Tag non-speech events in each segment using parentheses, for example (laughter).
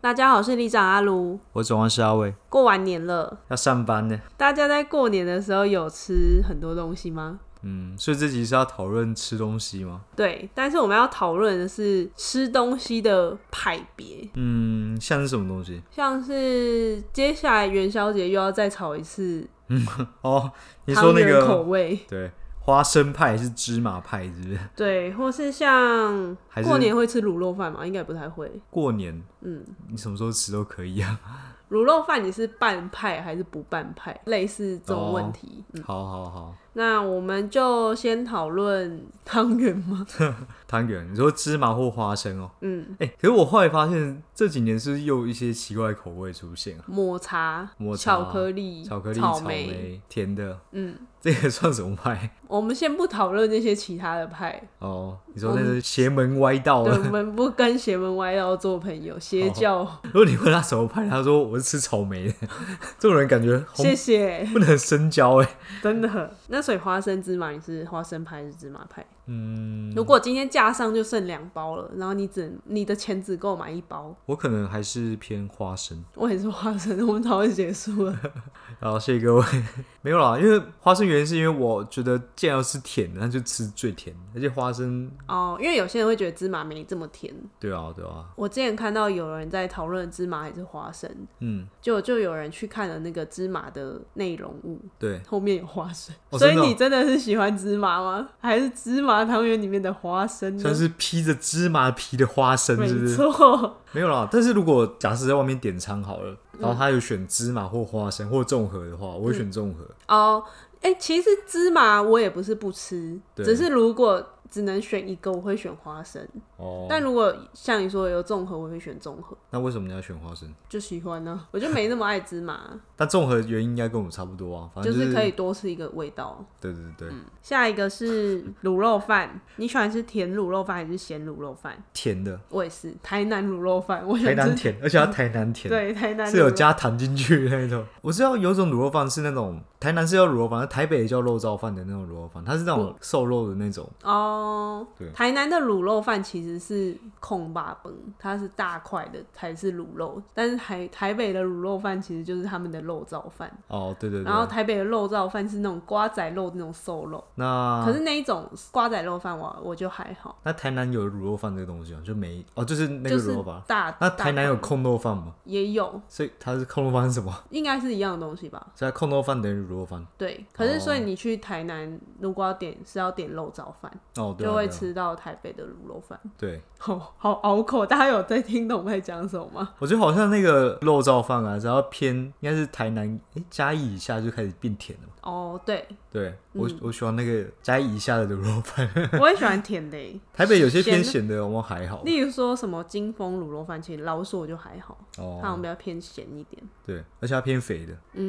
大家好，我是里长阿卢。我总要是阿伟，过完年了，要上班呢。大家在过年的时候有吃很多东西吗？嗯，所以这集是要讨论吃东西吗？对，但是我们要讨论的是吃东西的派别，嗯，像是什么东西？像是接下来元宵节又要再炒一次哦，你说汤那圆口个味，对，花生派还是芝麻派，是不是？对，或是像还是过年会吃卤肉饭吗？应该不太会。过年嗯，你什么时候吃都可以啊。卤肉饭你是半派还是不半派？类似这种问题。嗯，好好好，那我们就先讨论汤圆 (laughs) 吗？汤圆，你说芝麻或花生哦？嗯，哎、可是我后来发现这几年是不是又有一些奇怪的口味出现啊？抹茶、抹茶巧克力、巧克力、草草莓、甜的，嗯，这个算什么派？我们先不讨论那些其他的派，哦，你说那是邪门歪道对，了我。们不跟邪门歪道做朋友，邪教，如果你问他什么派，他说我是吃草莓的， (laughs) 这种人感觉好谢 (laughs) 谢，不能深交哎。 (laughs) 真的。那所以花生芝麻，你是花生派还是芝麻派？嗯，如果今天架上就剩两包了，然后你只你的钱只够买一包，我可能还是偏花生。我也是花生，我们讨论结束 (laughs) 了。然后谢谢各位， (laughs) 没有啦，因为花生原因是因为我觉得既然要吃甜的，那就吃最甜的，而且花生，哦，因为有些人会觉得芝麻没这么甜。对啊对啊，我之前看到有人在讨论芝麻还是花生，嗯就就有人去看了那个芝麻的内容物，对，后面有花生，哦所以真的哦你真的是喜欢芝麻吗？还是芝麻汤圆里面的花生呢算？是披着芝麻皮的花生，嗯没是不是？错，没有啦，但是如果假设在外面点餐好了，然后他有选芝麻或花生或综合的话，我嗯会选综合。哦，哎、其实芝麻我也不是不吃，对只是如果只能选一个，我会选花生。哦，但如果像你说有综合，我会选综合，那为什么你要选花生？就喜欢呢、我就没那么爱芝麻，但综合原因应该跟我们差不多啊， (laughs) 反就正是是可以多吃一个味道。对对对，下一个是卤肉饭，你喜欢吃甜卤肉饭还是咸卤肉饭？(laughs) 甜的，我也是台南卤肉饭，我喜欢台南吃甜，而且它台南甜，嗯对台南是有卤肉加糖进去的那种。 (laughs) 我知道有一种卤肉饭是那种台南是叫卤肉饭，台北也叫肉燥饭的那种卤肉饭，它是那种瘦肉的那种。哦对，台南的卤肉饭其实是空巴崩，它是大块的才是卤肉，但是台台北的卤肉饭其实就是他们的肉燥饭，哦，对对对然。后台北的肉燥饭是那种瓜仔肉那种瘦肉，可那是那一种瓜仔肉饭我我就还好，那台南有卤肉饭这个东西吗？就没哦，就是那个就卤是肉饭。大那台南有控肉饭吗？也有，所以它是控肉饭是什么？ (laughs) 应该是一样的东西吧？所以它控肉饭等于卤肉饭。对，可是哦所以你去台南如果要点是要点肉燥饭，哦，对啊、就会对啊吃到台北的卤肉饭， (laughs) 对，好好拗口，大家有在听懂我在讲什么吗？我觉得好像那个肉燥饭啊，只要偏应该是台南诶嘉义以下就开始变甜了嘛。哦，对，对我、嗯我喜欢那个嘉义以下的卤肉饭。 (laughs) 我也喜欢甜的欸、台北有些偏咸咸的，我还好。例如说什么金丰卤肉饭，其实老鼠我就还好，它好哦，像比较偏咸一点。对，而且它偏肥的。嗯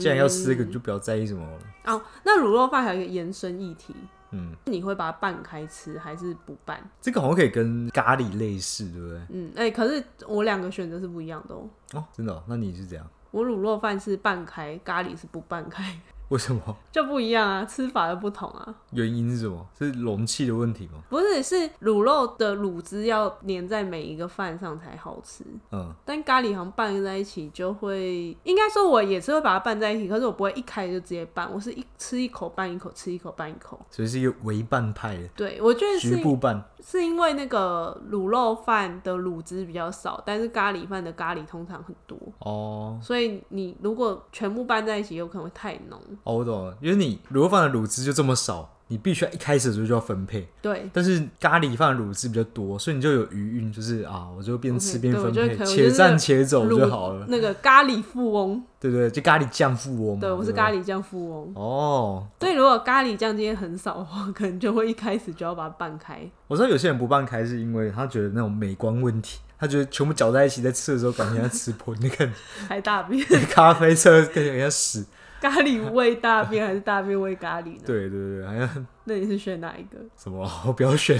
嗯既然要吃这个，就不要在意什么。嗯。哦，那卤肉饭还有一个延伸议题，嗯，你会把它拌开吃还是不拌？这个好像可以跟咖喱类似，对不对？嗯，哎、可是我两个选择是不一样的哦。哦，真的哦、那你是怎样？我卤肉饭是拌开，咖喱是不拌开， (laughs) 为什么？ (laughs) 就不一样啊，吃法的不同啊。原因是什么？是容器的问题吗？不是，是卤肉的卤汁要粘在每一个饭上才好吃。嗯，但咖喱好像拌在一起就会，应该说我也是会把它拌在一起，可是我不会一开就直接拌，我是一吃一口拌一口，吃一口拌一口。所以是一个微拌派的对，我觉得是局部拌。是因为那个卤肉饭的卤汁比较少，但是咖喱饭的咖喱通常很多，哦所以你如果全部拌在一起，有可能会太浓。哦，我懂了，因为你卤肉饭的卤汁就这么少，你必须要一开始的时候就要分配。对，但是咖喱饭的卤汁比较多，所以你就有余韵，就是啊，我就边 OK，吃边对我分觉得配可，能我就且是战且走卤就好了。那个咖喱富翁，对对，就咖喱酱富翁嘛。对我是不咖喱酱富翁。哦，对，如果咖喱酱今天很少的话， (laughs) 可能就会一开始就要把它拌开。我知道有些人不拌开是因为他觉得那种美观问题，他觉得全部搅在一起，在吃的时候感觉像吃喷那 (laughs) 个还大便，咖啡色，感觉像屎。咖喱喂大便还是大便喂咖喱呢？对对对，好像那你是选哪一个？什么，我不要选。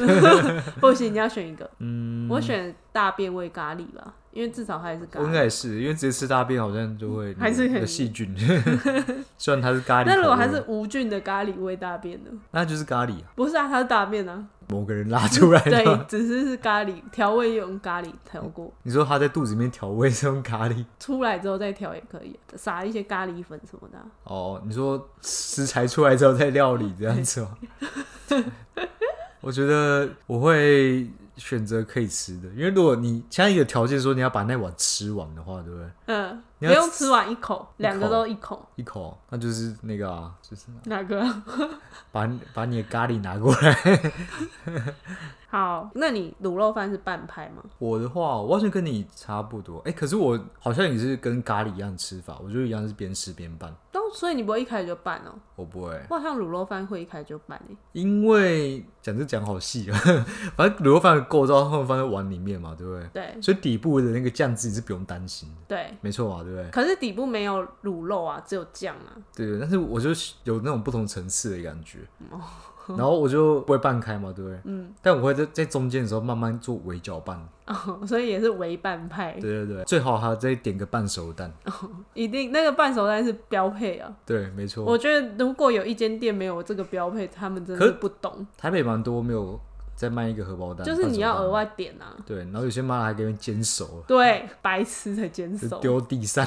不行，你要选一 (laughs) 个。嗯，我选大便喂咖喱吧，因为至少它还是咖我 (laughs) 应喱。该也是，因为直接吃大便好像就会还是很有细菌。 (laughs) 虽然它是咖喱口味，那如果还是无菌的咖喱喂大便呢？那就是咖喱啊，不是啊，它是大便 (laughs) 啊。某个人拉出来的 (laughs) 对嘛。，只是是咖喱调味用咖喱调过，你说他在肚子里面调味是用咖喱出来之后再调也可以，撒一些咖喱粉什么的啊、哦？你说食材出来之后再料理这样子吗？我觉得我会选择可以吃的，因为如果你像一个条件说你要把那碗吃完的话，对不对？嗯，不你要用吃完一口，一口两个都一口，一口那就是那个啊，就是哪个 (laughs) 啊？把把你的咖喱拿过来。 (laughs) 好，那你卤肉饭是半拍吗？我的话，我完全跟你差不多。哎、可是我好像也是跟咖喱一样吃法，我就一样是边吃边拌。都，所以你不会一开始就拌哦、我不会，我好像卤肉饭会一开始就拌欸诶、因为讲这讲好细啊， (laughs) 反正卤肉饭的构造他们放在碗里面嘛，对不对？对所以底部的那个酱汁你是不用担心的，对，没错啊嘛，对不对？可是底部没有卤肉啊，只有酱啊。对，但是我就有那种不同层次的感觉，哦然后我就不会拌开嘛，对不对？嗯。但我会在在中间的时候慢慢做微搅拌，哦， (laughs) 所以也是微拌派，对对对，最好还再点个半熟蛋，一定那个半熟蛋是标配啊。对，没错。我觉得如果有一间店没有这个标配，他们真的可是不懂，台北蛮多没有再卖一个荷包蛋，就是你要额外外点啊。对，然后有些妈还给你煎熟了，对，白痴才坚就守。 (laughs) 丢地上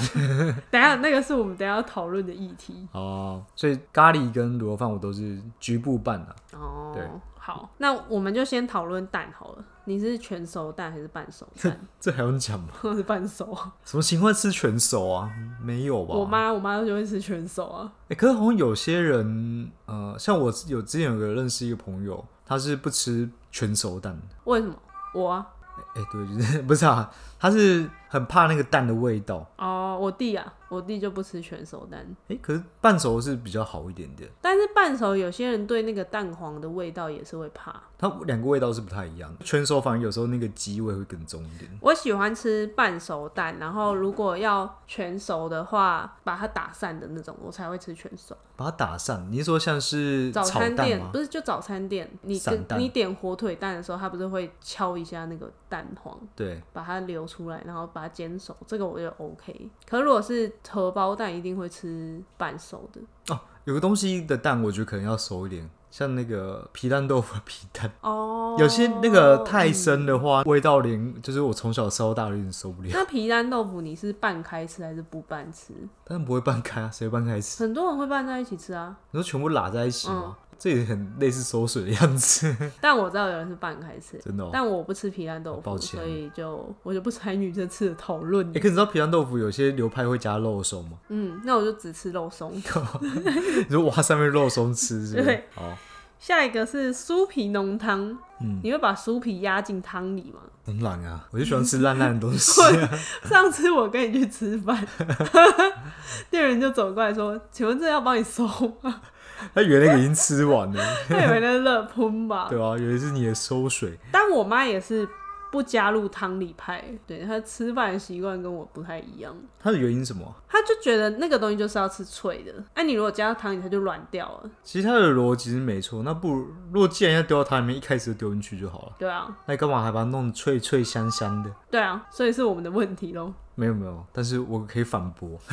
等一下那个是我们等一下要讨论的议题哦。所以咖喱跟卤肉饭我都是局部拌啊的、哦对。好，那我们就先讨论蛋好了。你是全熟蛋还是半熟 (laughs) 蛋？这还用讲吗？是半熟啊。什么情况吃全熟啊？没有吧？我妈我妈就会吃全熟啊。哎、可是好像有些人，呃，像我有之前有个认识一个朋友，他是不吃全熟蛋的。为什么？我啊，哎、对，就是不是啊？他是很怕那个蛋的味道。哦，我弟啊，我弟就不吃全熟蛋。哎、可是半熟是比较好一点的，但是半熟有些人对那个蛋黄的味道也是会怕。它两个味道是不太一样的。全熟反而有时候那个鸡味会更重一点。我喜欢吃半熟蛋，然后如果要全熟的话，把它打散的那种，我才会吃全熟。把它打散，你是说像是早炒餐蛋店吗不？是就早餐店，你散跟蛋你点火腿蛋的时候，它不是会敲一下那个蛋黄，对，把它流出来，然后把它煎熟，这个我就 OK。可是如果是荷包蛋，一定会吃半熟的。哦，有个东西的蛋，我觉得可能要熟一点，像那个皮蛋豆腐的 (laughs) 皮蛋，哦，嗯有些那个太深的话，味道连就是我从小吃到大有点受不了。那皮蛋豆腐你是拌开吃还是不拌吃？但不会拌开啊，谁会拌开吃？很多人会拌在一起吃啊，你说全部拉在一起嗯吗？这也很类似馊水的样子， (laughs) 但我知道有人是拌开吃，真的、哦。但我不吃皮蛋豆抱腐，歉所以就我就不参与这次的讨论哎、。可是你知道皮蛋豆腐有些流派会加肉松吗？ (laughs) 嗯，那我就只吃肉松。你说挖上面肉松吃是不哦是对？好，下一个是酥皮浓汤，嗯你会把酥皮压进汤里吗？很懒啊，我就喜欢吃烂烂的 (laughs) 东西、啊。上次我跟你去吃饭， (laughs) 店员就走过来说：“请问这要帮你收 (laughs) 吗 (laughs) 他以为那个已经吃完 (laughs) 了，？”他以为那是热喷吧。对啊，以为是你的馊水。但我妈也是不加入汤里派，对她吃饭的习惯跟我不太一样，它的原因是什么啊？她就觉得那个东西就是要吃脆的。哎、你如果加到汤里，它就软掉了。其实它的逻辑是没错，那不如如果既然要丢到汤里面，一开始就丢进去就好了，对啊，那你干嘛还把它弄得脆脆香香的？对啊，所以是我们的问题咯。没有没有，但是我可以反驳， (laughs)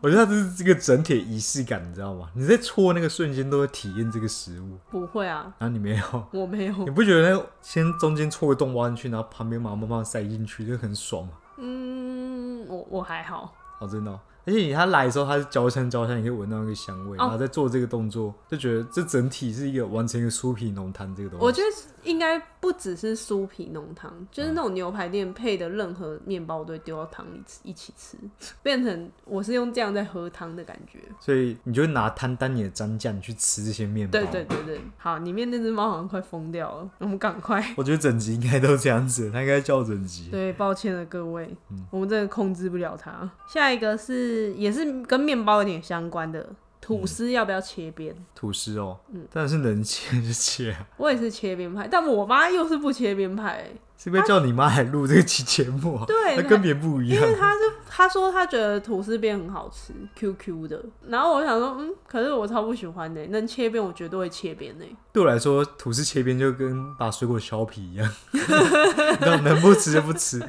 我觉得它这是这个整体仪式感，你知道吗？你在搓那个瞬间都会体验这个食物，不会啊，然后你没有，我没有。 (laughs) 你不觉得那个先中间戳个洞挖进去，然后旁边把它慢慢塞进去，就很爽吗？嗯，我我还好。哦，真的哦、而且你它来的时候，它是焦香焦香，你可以闻到那个香味，哦然后再做这个动作，就觉得这整体是一个完成一个酥皮浓汤这个东西。我觉得应该不只是酥皮浓汤，就是那种牛排店配的任何面包，我都会丢到汤里吃，一起吃，变成我是用这样在喝汤的感觉。所以你就拿摊当你的蘸酱去吃这些面包。对对，对对，好，里面那只猫好像快疯掉了，我们赶快。我觉得整集应该都这样子，它应该叫整集。对，抱歉了各位，我们真的控制不了它。下一个是也是跟面包有点相关的吐司要不要切边？吐司哦，嗯但是能切就切 (laughs) 啊，我也是切边派，但我妈又是不切边派、欸，是被叫你妈来录这个期节目啊，对那那跟别人不一样因为。她就她说她觉得吐司边很好吃，Q Q 的。然后我想说，嗯，可是我超不喜欢的、能切边我绝对会切边的、对我来说，吐司切边就跟把水果削皮一样，你懂能不吃就不吃，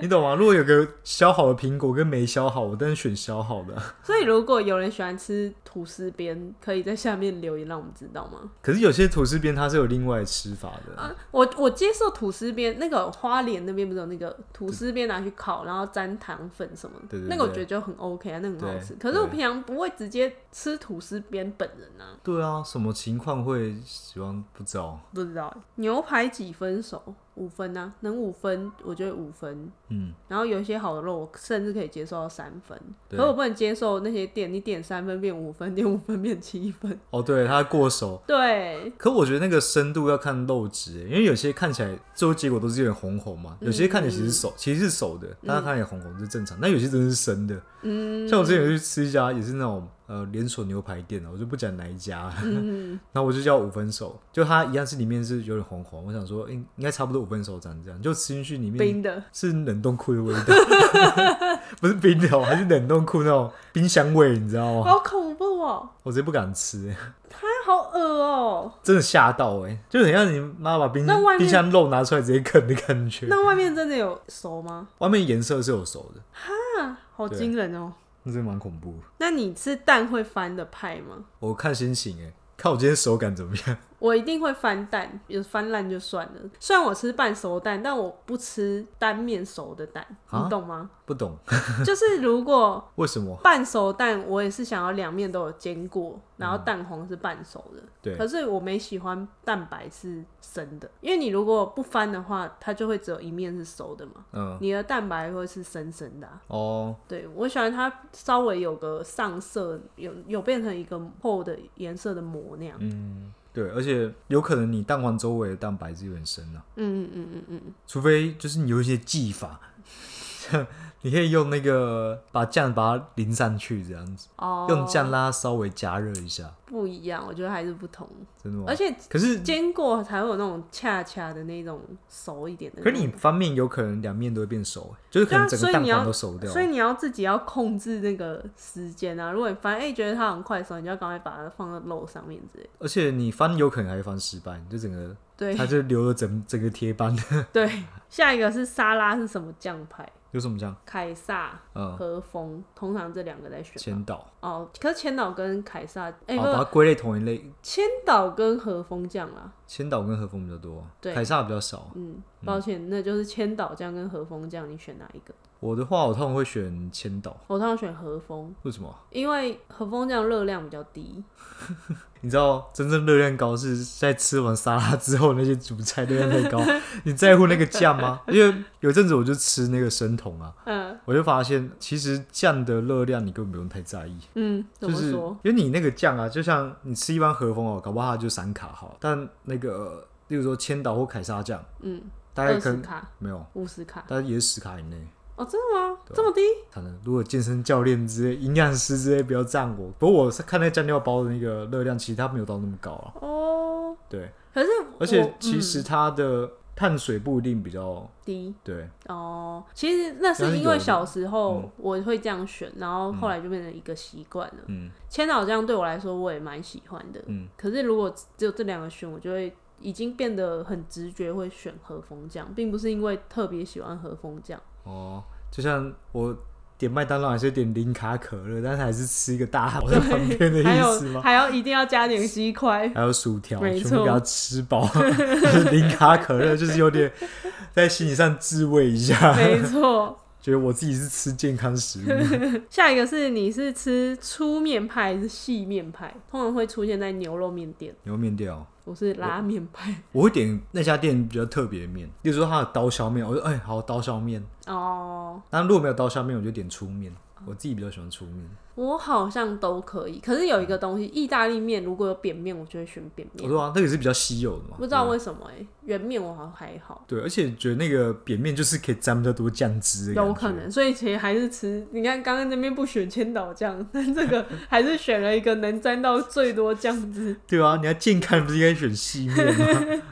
你懂吗？如果有个削好的苹果跟没削好，我当然选削好的啊。所以如果有人喜欢吃吐司边，可以在下面留言让我们知道吗？可是有些吐司边它是有另外的吃法的，啊，我我接受吐司边，那个花莲那边不是有那个吐司边拿去烤，然后沾糖粉什么的，对对对那个我觉得就很 OK 啊，那个很好吃。对可是我对平常不会直接吃吐司边本人啊。对啊，什么情况会喜欢不知道？不知道欸牛排几分熟？五分啊，能五分我觉得五分。嗯，然后有一些好的肉，我甚至可以接受到三分，可对是我不能接受那些点你点三分变五分，点五分变七 (laughs) 分。哦，对，它过熟。对，可我觉得那个深度要看肉质，欸因为有些看起来最后结果都是有点红红嘛，有些看起来其实是熟，其实是熟的，但它看起来红红是正常，但有些真的是生的。嗯，像我之前有去吃一家也是那种呃连锁牛排店啊，我就不讲哪一家了， (laughs) 然后我就叫五分熟，就它一样是里面是有点红红，我想说应应该差不多五分熟长这样，就吃进去里面冰的。是冷冻库的味道， (laughs) 不是冰的哦，还是冷冻库那种冰箱味，你知道吗？好恐怖哦！我直接不敢吃，它好恶哦、真的吓到哎、就很像你妈把冰那外面冰箱肉拿出来直接啃的感觉。那外面真的有熟吗？外面颜色是有熟的，啊，好惊人哦、那真的蛮恐怖的。那你吃蛋会翻的派吗？我看心情哎、看我今天手感怎么样。 (laughs) 我一定会翻蛋，有翻烂就算了。虽然我吃半熟蛋，但我不吃单面熟的蛋，啊你懂吗？不懂就是如果为什么？半熟蛋我也是想要两面都有煎过，然后蛋黄是半熟的。嗯对可是我没喜欢蛋白是生的，因为你如果不翻的话，它就会只有一面是熟的嘛，嗯，你的蛋白会是生生的啊、哦，对我喜欢它稍微有个上色，有有变成一个厚的颜色的膜那样。嗯对，而且有可能你蛋黄周围的蛋白质有点深啊，嗯嗯嗯嗯，除非就是你有一些技法，像 (laughs) 你可以用那个把酱把它淋上去这样子。哦，用酱让它稍微加热一下，不一样，我觉得还是不同，真的吗？而且可是煎过才会有那种恰恰的那种熟一点的那可种。是你翻面有可能两面都会变熟，就是可能整个蛋黄都熟掉。啊所以你要自己要控制那个时间啊。如果你发现哎、觉得它很快熟，你就要赶快把它放到肉上面之类的。而且你翻有可能还会翻失败，你就整个对它就留了整 (laughs) 整个贴斑。对， (laughs) 下一个是沙拉是什么酱派？有什么酱？凯撒、嗯，和风，通常这两个在选吧。千哦岛，哦，可是千岛跟凯撒，哎、好不是把它归类同一类。千岛跟和风酱啊啦。千岛跟和风比较多，对凯撒比较少。嗯，抱歉，那就是千岛酱跟和风酱，你选哪一个？我的话，我通常会选千岛，我通常选和风，为什么？因为和风酱热量比较低。你知道真正热量高是在吃完沙拉之后那些主菜热 (laughs) 量太高，你在乎那个酱吗？因为有阵子我就吃那个生酮啊，嗯我就发现，其实酱的热量你根本不用太在意，嗯，怎就么是说？因为你那个酱啊，就像你吃一般和风哦，搞不好它就三卡好，但那个呃例如说千岛或凯撒酱，嗯，大概二可十能卡、没有，五十卡。大概也是十卡以内。哦，真的吗？对啊这么低？可能如果健身教练之类、营养师之类不要赞我，不过我是看那个酱料包的那个热量，其实它没有到那么高啊。哦，对，可是而且我嗯其实它的碳水不一定比较低对，哦。其实那但是是因有为的小时候嗯我会这样选，然后后来就变成一个习惯了。嗯，千岛酱对我来说我也蛮喜欢的，嗯，可是如果只有这两个选，我就会。已经变得很直觉，会选和风酱，并不是因为特别喜欢和风酱。哦，就像我点麦当劳还是点零卡可乐，但是还是吃一个大汉堡在旁边的还意思有吗？还要一定要加点鸡 (laughs) 块，还有薯条，没全错部给它吃饱。 (laughs) 就是零卡可乐就是有点在心理上自慰一下，没错。觉得我自己是吃健康食 (laughs) 物。下一个是你是吃粗面派还是细面派？通常会出现在牛肉面店。牛肉面店哦，我是拉面派 (laughs) 我会点那家店比较特别的面，例如说它有刀削面，我说哎好刀削面。哦那如果没有刀削面，我就点粗面。我自己比较喜欢粗面，我好像都可以，可是有一个东西，意大利面如果有扁面，我就会选扁我嗯面。说啊，那个是比较稀有的嘛。不知道为什么哎、圆面我好像还好，对，而且觉得那个扁面就是可以沾比较多酱汁的感觉，有可能，所以其实还是吃。你看刚刚那边不选千岛酱， (laughs) 但这个还是选了一个能沾到最多酱汁。对啊，你要健康不是应该选细面吗？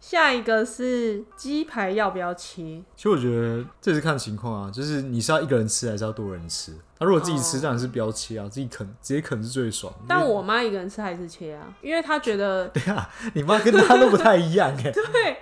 下一个是鸡排要不要切？其实我觉得这是看情况啊，就是你是要一个人吃还是要多人吃。那、如果自己哦吃当然是不要切啊，自己啃直接啃是最爽的。但我妈一个人吃还是切啊，因为她觉得，对啊，你妈跟她都不太一样哎、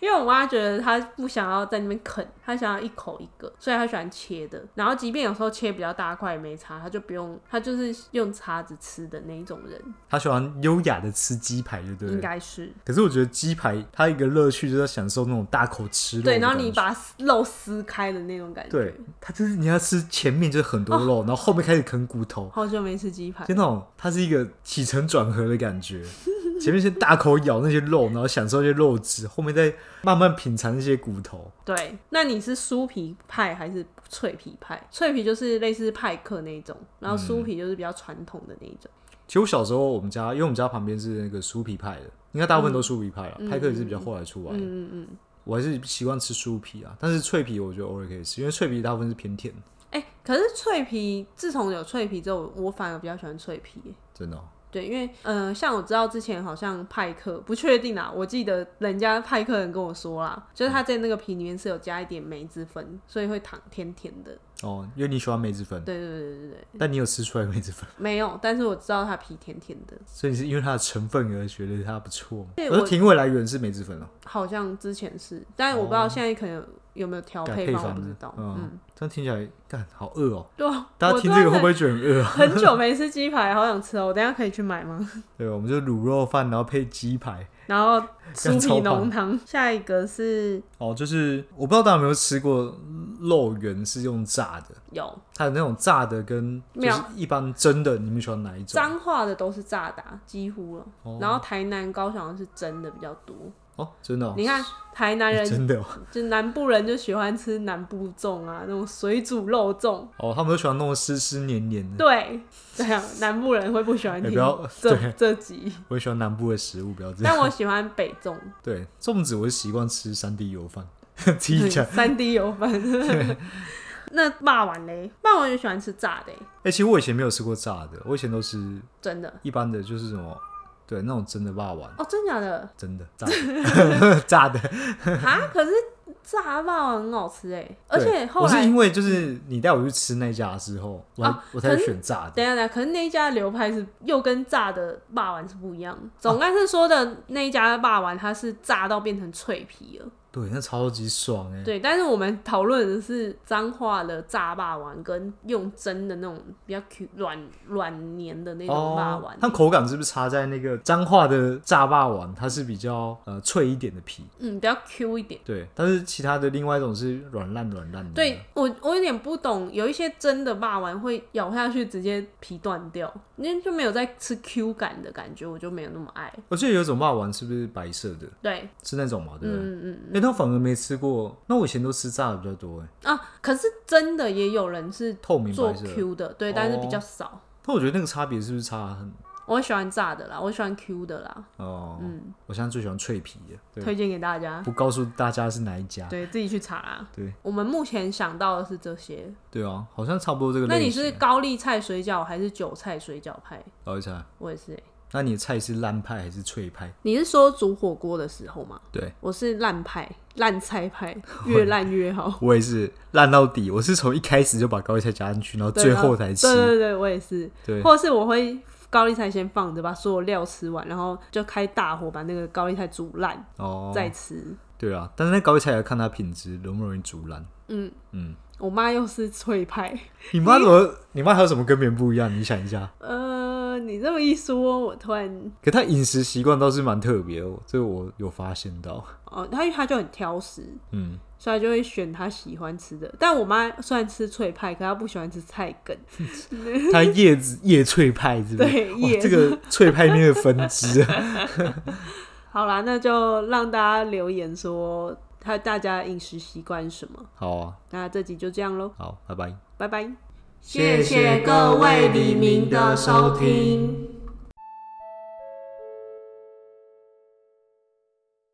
因为我妈觉得她不想要在那边啃，她想要一口一个，所以她喜欢切的。然后即便有时候切比较大块也没差，她就不用，她就是用叉子吃的那一种人，她喜欢优雅的吃鸡排，对不应对？该是。可是我觉得鸡排它一个乐趣就是要享受那种大口吃肉的对，感觉。然后你把肉撕开的那种感觉。对，它就是你要吃前面就是很多哦肉，然后后面开始啃骨 (laughs) 头，好久没吃鸡排就，那种它是一个起承转合的感觉。前面先大口咬那些肉，然后享受那些肉汁，后面再慢慢品尝那些骨头。对，那你是酥皮派还是脆皮派？脆皮就是类似派克那一种，然后嗯酥皮就是比较传统的那一种。其实我小时候我们家，因为我们家旁边是那个酥皮派的，应该大部分都嗯酥皮派了，派克也是比较后来出来的。嗯嗯我还是习惯吃酥皮啊，但是脆皮我觉得偶尔可以吃，因为脆皮大部分是偏甜的，哎、可是脆皮，自从有脆皮之后，我反而比较喜欢脆皮耶、真的哦、对，因为呃，像我知道之前好像派克不确定啦，我记得人家派克人跟我说啦，就是嗯他在那个皮里面是有加一点梅子粉，所以会糖甜甜的。哦，因为你喜欢梅子粉，对对对对对，但你有吃出来梅子粉，没有，但是我知道它皮甜甜的，所以你是因为它的成分而觉得它不错吗。对我说我甜味来源是梅子粉哦，好像之前是，但我不知道现在可能有没有调哦改配方，我方不的知道。嗯，嗯，这样听起来干好饿哦。对啊，大家我听突这然个会很不会觉得很饿啊？很久没吃鸡排，好想吃哦！我等一下可以去买吗？ (laughs) 对，我们就卤肉饭，然后配鸡排。然后酥超皮棒浓汤，下一个是哦，就是我不知道大家有没有吃过肉圆是用炸的，有它有那种炸的跟就没有是一般蒸的，你们喜欢哪一种？彰化的都是炸的啊、几乎了。哦然后台南、高雄是蒸的比较多。哦，真的、哦，你看台 (laughs) 南人真的哦就南部人就喜欢吃南部粽啊，那种水煮肉粽。哦，他们都喜欢弄湿湿黏黏的。对，对啊，南部人会不喜欢听哎嗯不要这对这集，我也喜欢南部的食物，不要这样。但我喜欢北 (laughs) 粽，对，粽子我是习惯吃三地油饭， (laughs) 自己讲。三 D 油饭。 (laughs) 那霸王嘞，霸王也喜欢吃炸的欸、哎、其实我以前没有吃过炸的，我以前都是真的一般的，就是什么对那种蒸的霸王，哦，真假 (laughs) 的真的 (laughs) 炸的炸的。啊？可是炸霸王很好吃哎，而且对后我是来因为就是你带我去吃那家之后，我、啊我才可是选炸的。等一下等一下，可是那一家流派是又跟炸的霸王是不一样的。总干是说的那一家的霸王，它是炸到变成脆皮了。对，那超级爽哎、对，但是我们讨论的是脏话的炸霸王跟用蒸的那种比较 Q 软软黏的那哦种霸王。它口感是不是差在那个彰化的炸霸王，它是比较呃脆一点的皮，嗯，比较 Q 一点。对，但是其他的另外一种是软烂软烂的。对，我，我有点不懂，有一些真的霸王会咬下去直接皮断掉，因为就没有在吃 Q 感的感觉，我就没有那么爱。我记得有一种霸王是不是白色的，对，是那种嘛，对不对？嗯嗯哎、那我反而没吃过，那我以前都吃炸的比较多哎，啊，可是真的也有人是透明做白哦色的。 Q 的，对，但是比较少。但我觉得那个差别是不是差很？我喜欢炸的啦，我喜欢 Q 的啦，哦，嗯我现在最喜欢脆皮的，对，推荐给大家，不告诉大家是哪一家。对自己去查啦。对，我们目前想到的是这些。对啊，好像差不多这个那类你型。啊是高丽菜水饺还是韭菜水饺派？搞一下，我也是、欸。那你的菜是烂派还是脆派？你是说煮火锅的时候吗？对，我是烂派，烂菜派，越烂越好。我也是烂到底，我是从一开始就把高丽菜加进去，然后对哦最然后才吃。对对对，我也是。对或者是我会高丽菜先放着，把所有料吃完，然后就开大火把那个高丽菜煮烂、哦，再吃。对啊，但是那高丽菜也要看它品质容不容易煮烂。嗯嗯，我妈又是脆派，你妈怎么？你妈还有什么跟别人不一样？你想一下，呃，你这么一说，我突然可她饮食习惯倒是蛮特别的，我这个我有发现到。哦，她她就很挑食，嗯，所以她就会选她喜欢吃的。但我妈虽然吃脆派，可她不喜欢吃菜梗，她叶子叶脆派是不是？对哇叶这个脆派面的分支啊。 (laughs) 好啦，那就让大家留言说还有大家的饮食习惯是什么。好啊，那这集就这样喽，好，拜拜。拜拜。谢谢各位黎明的收听。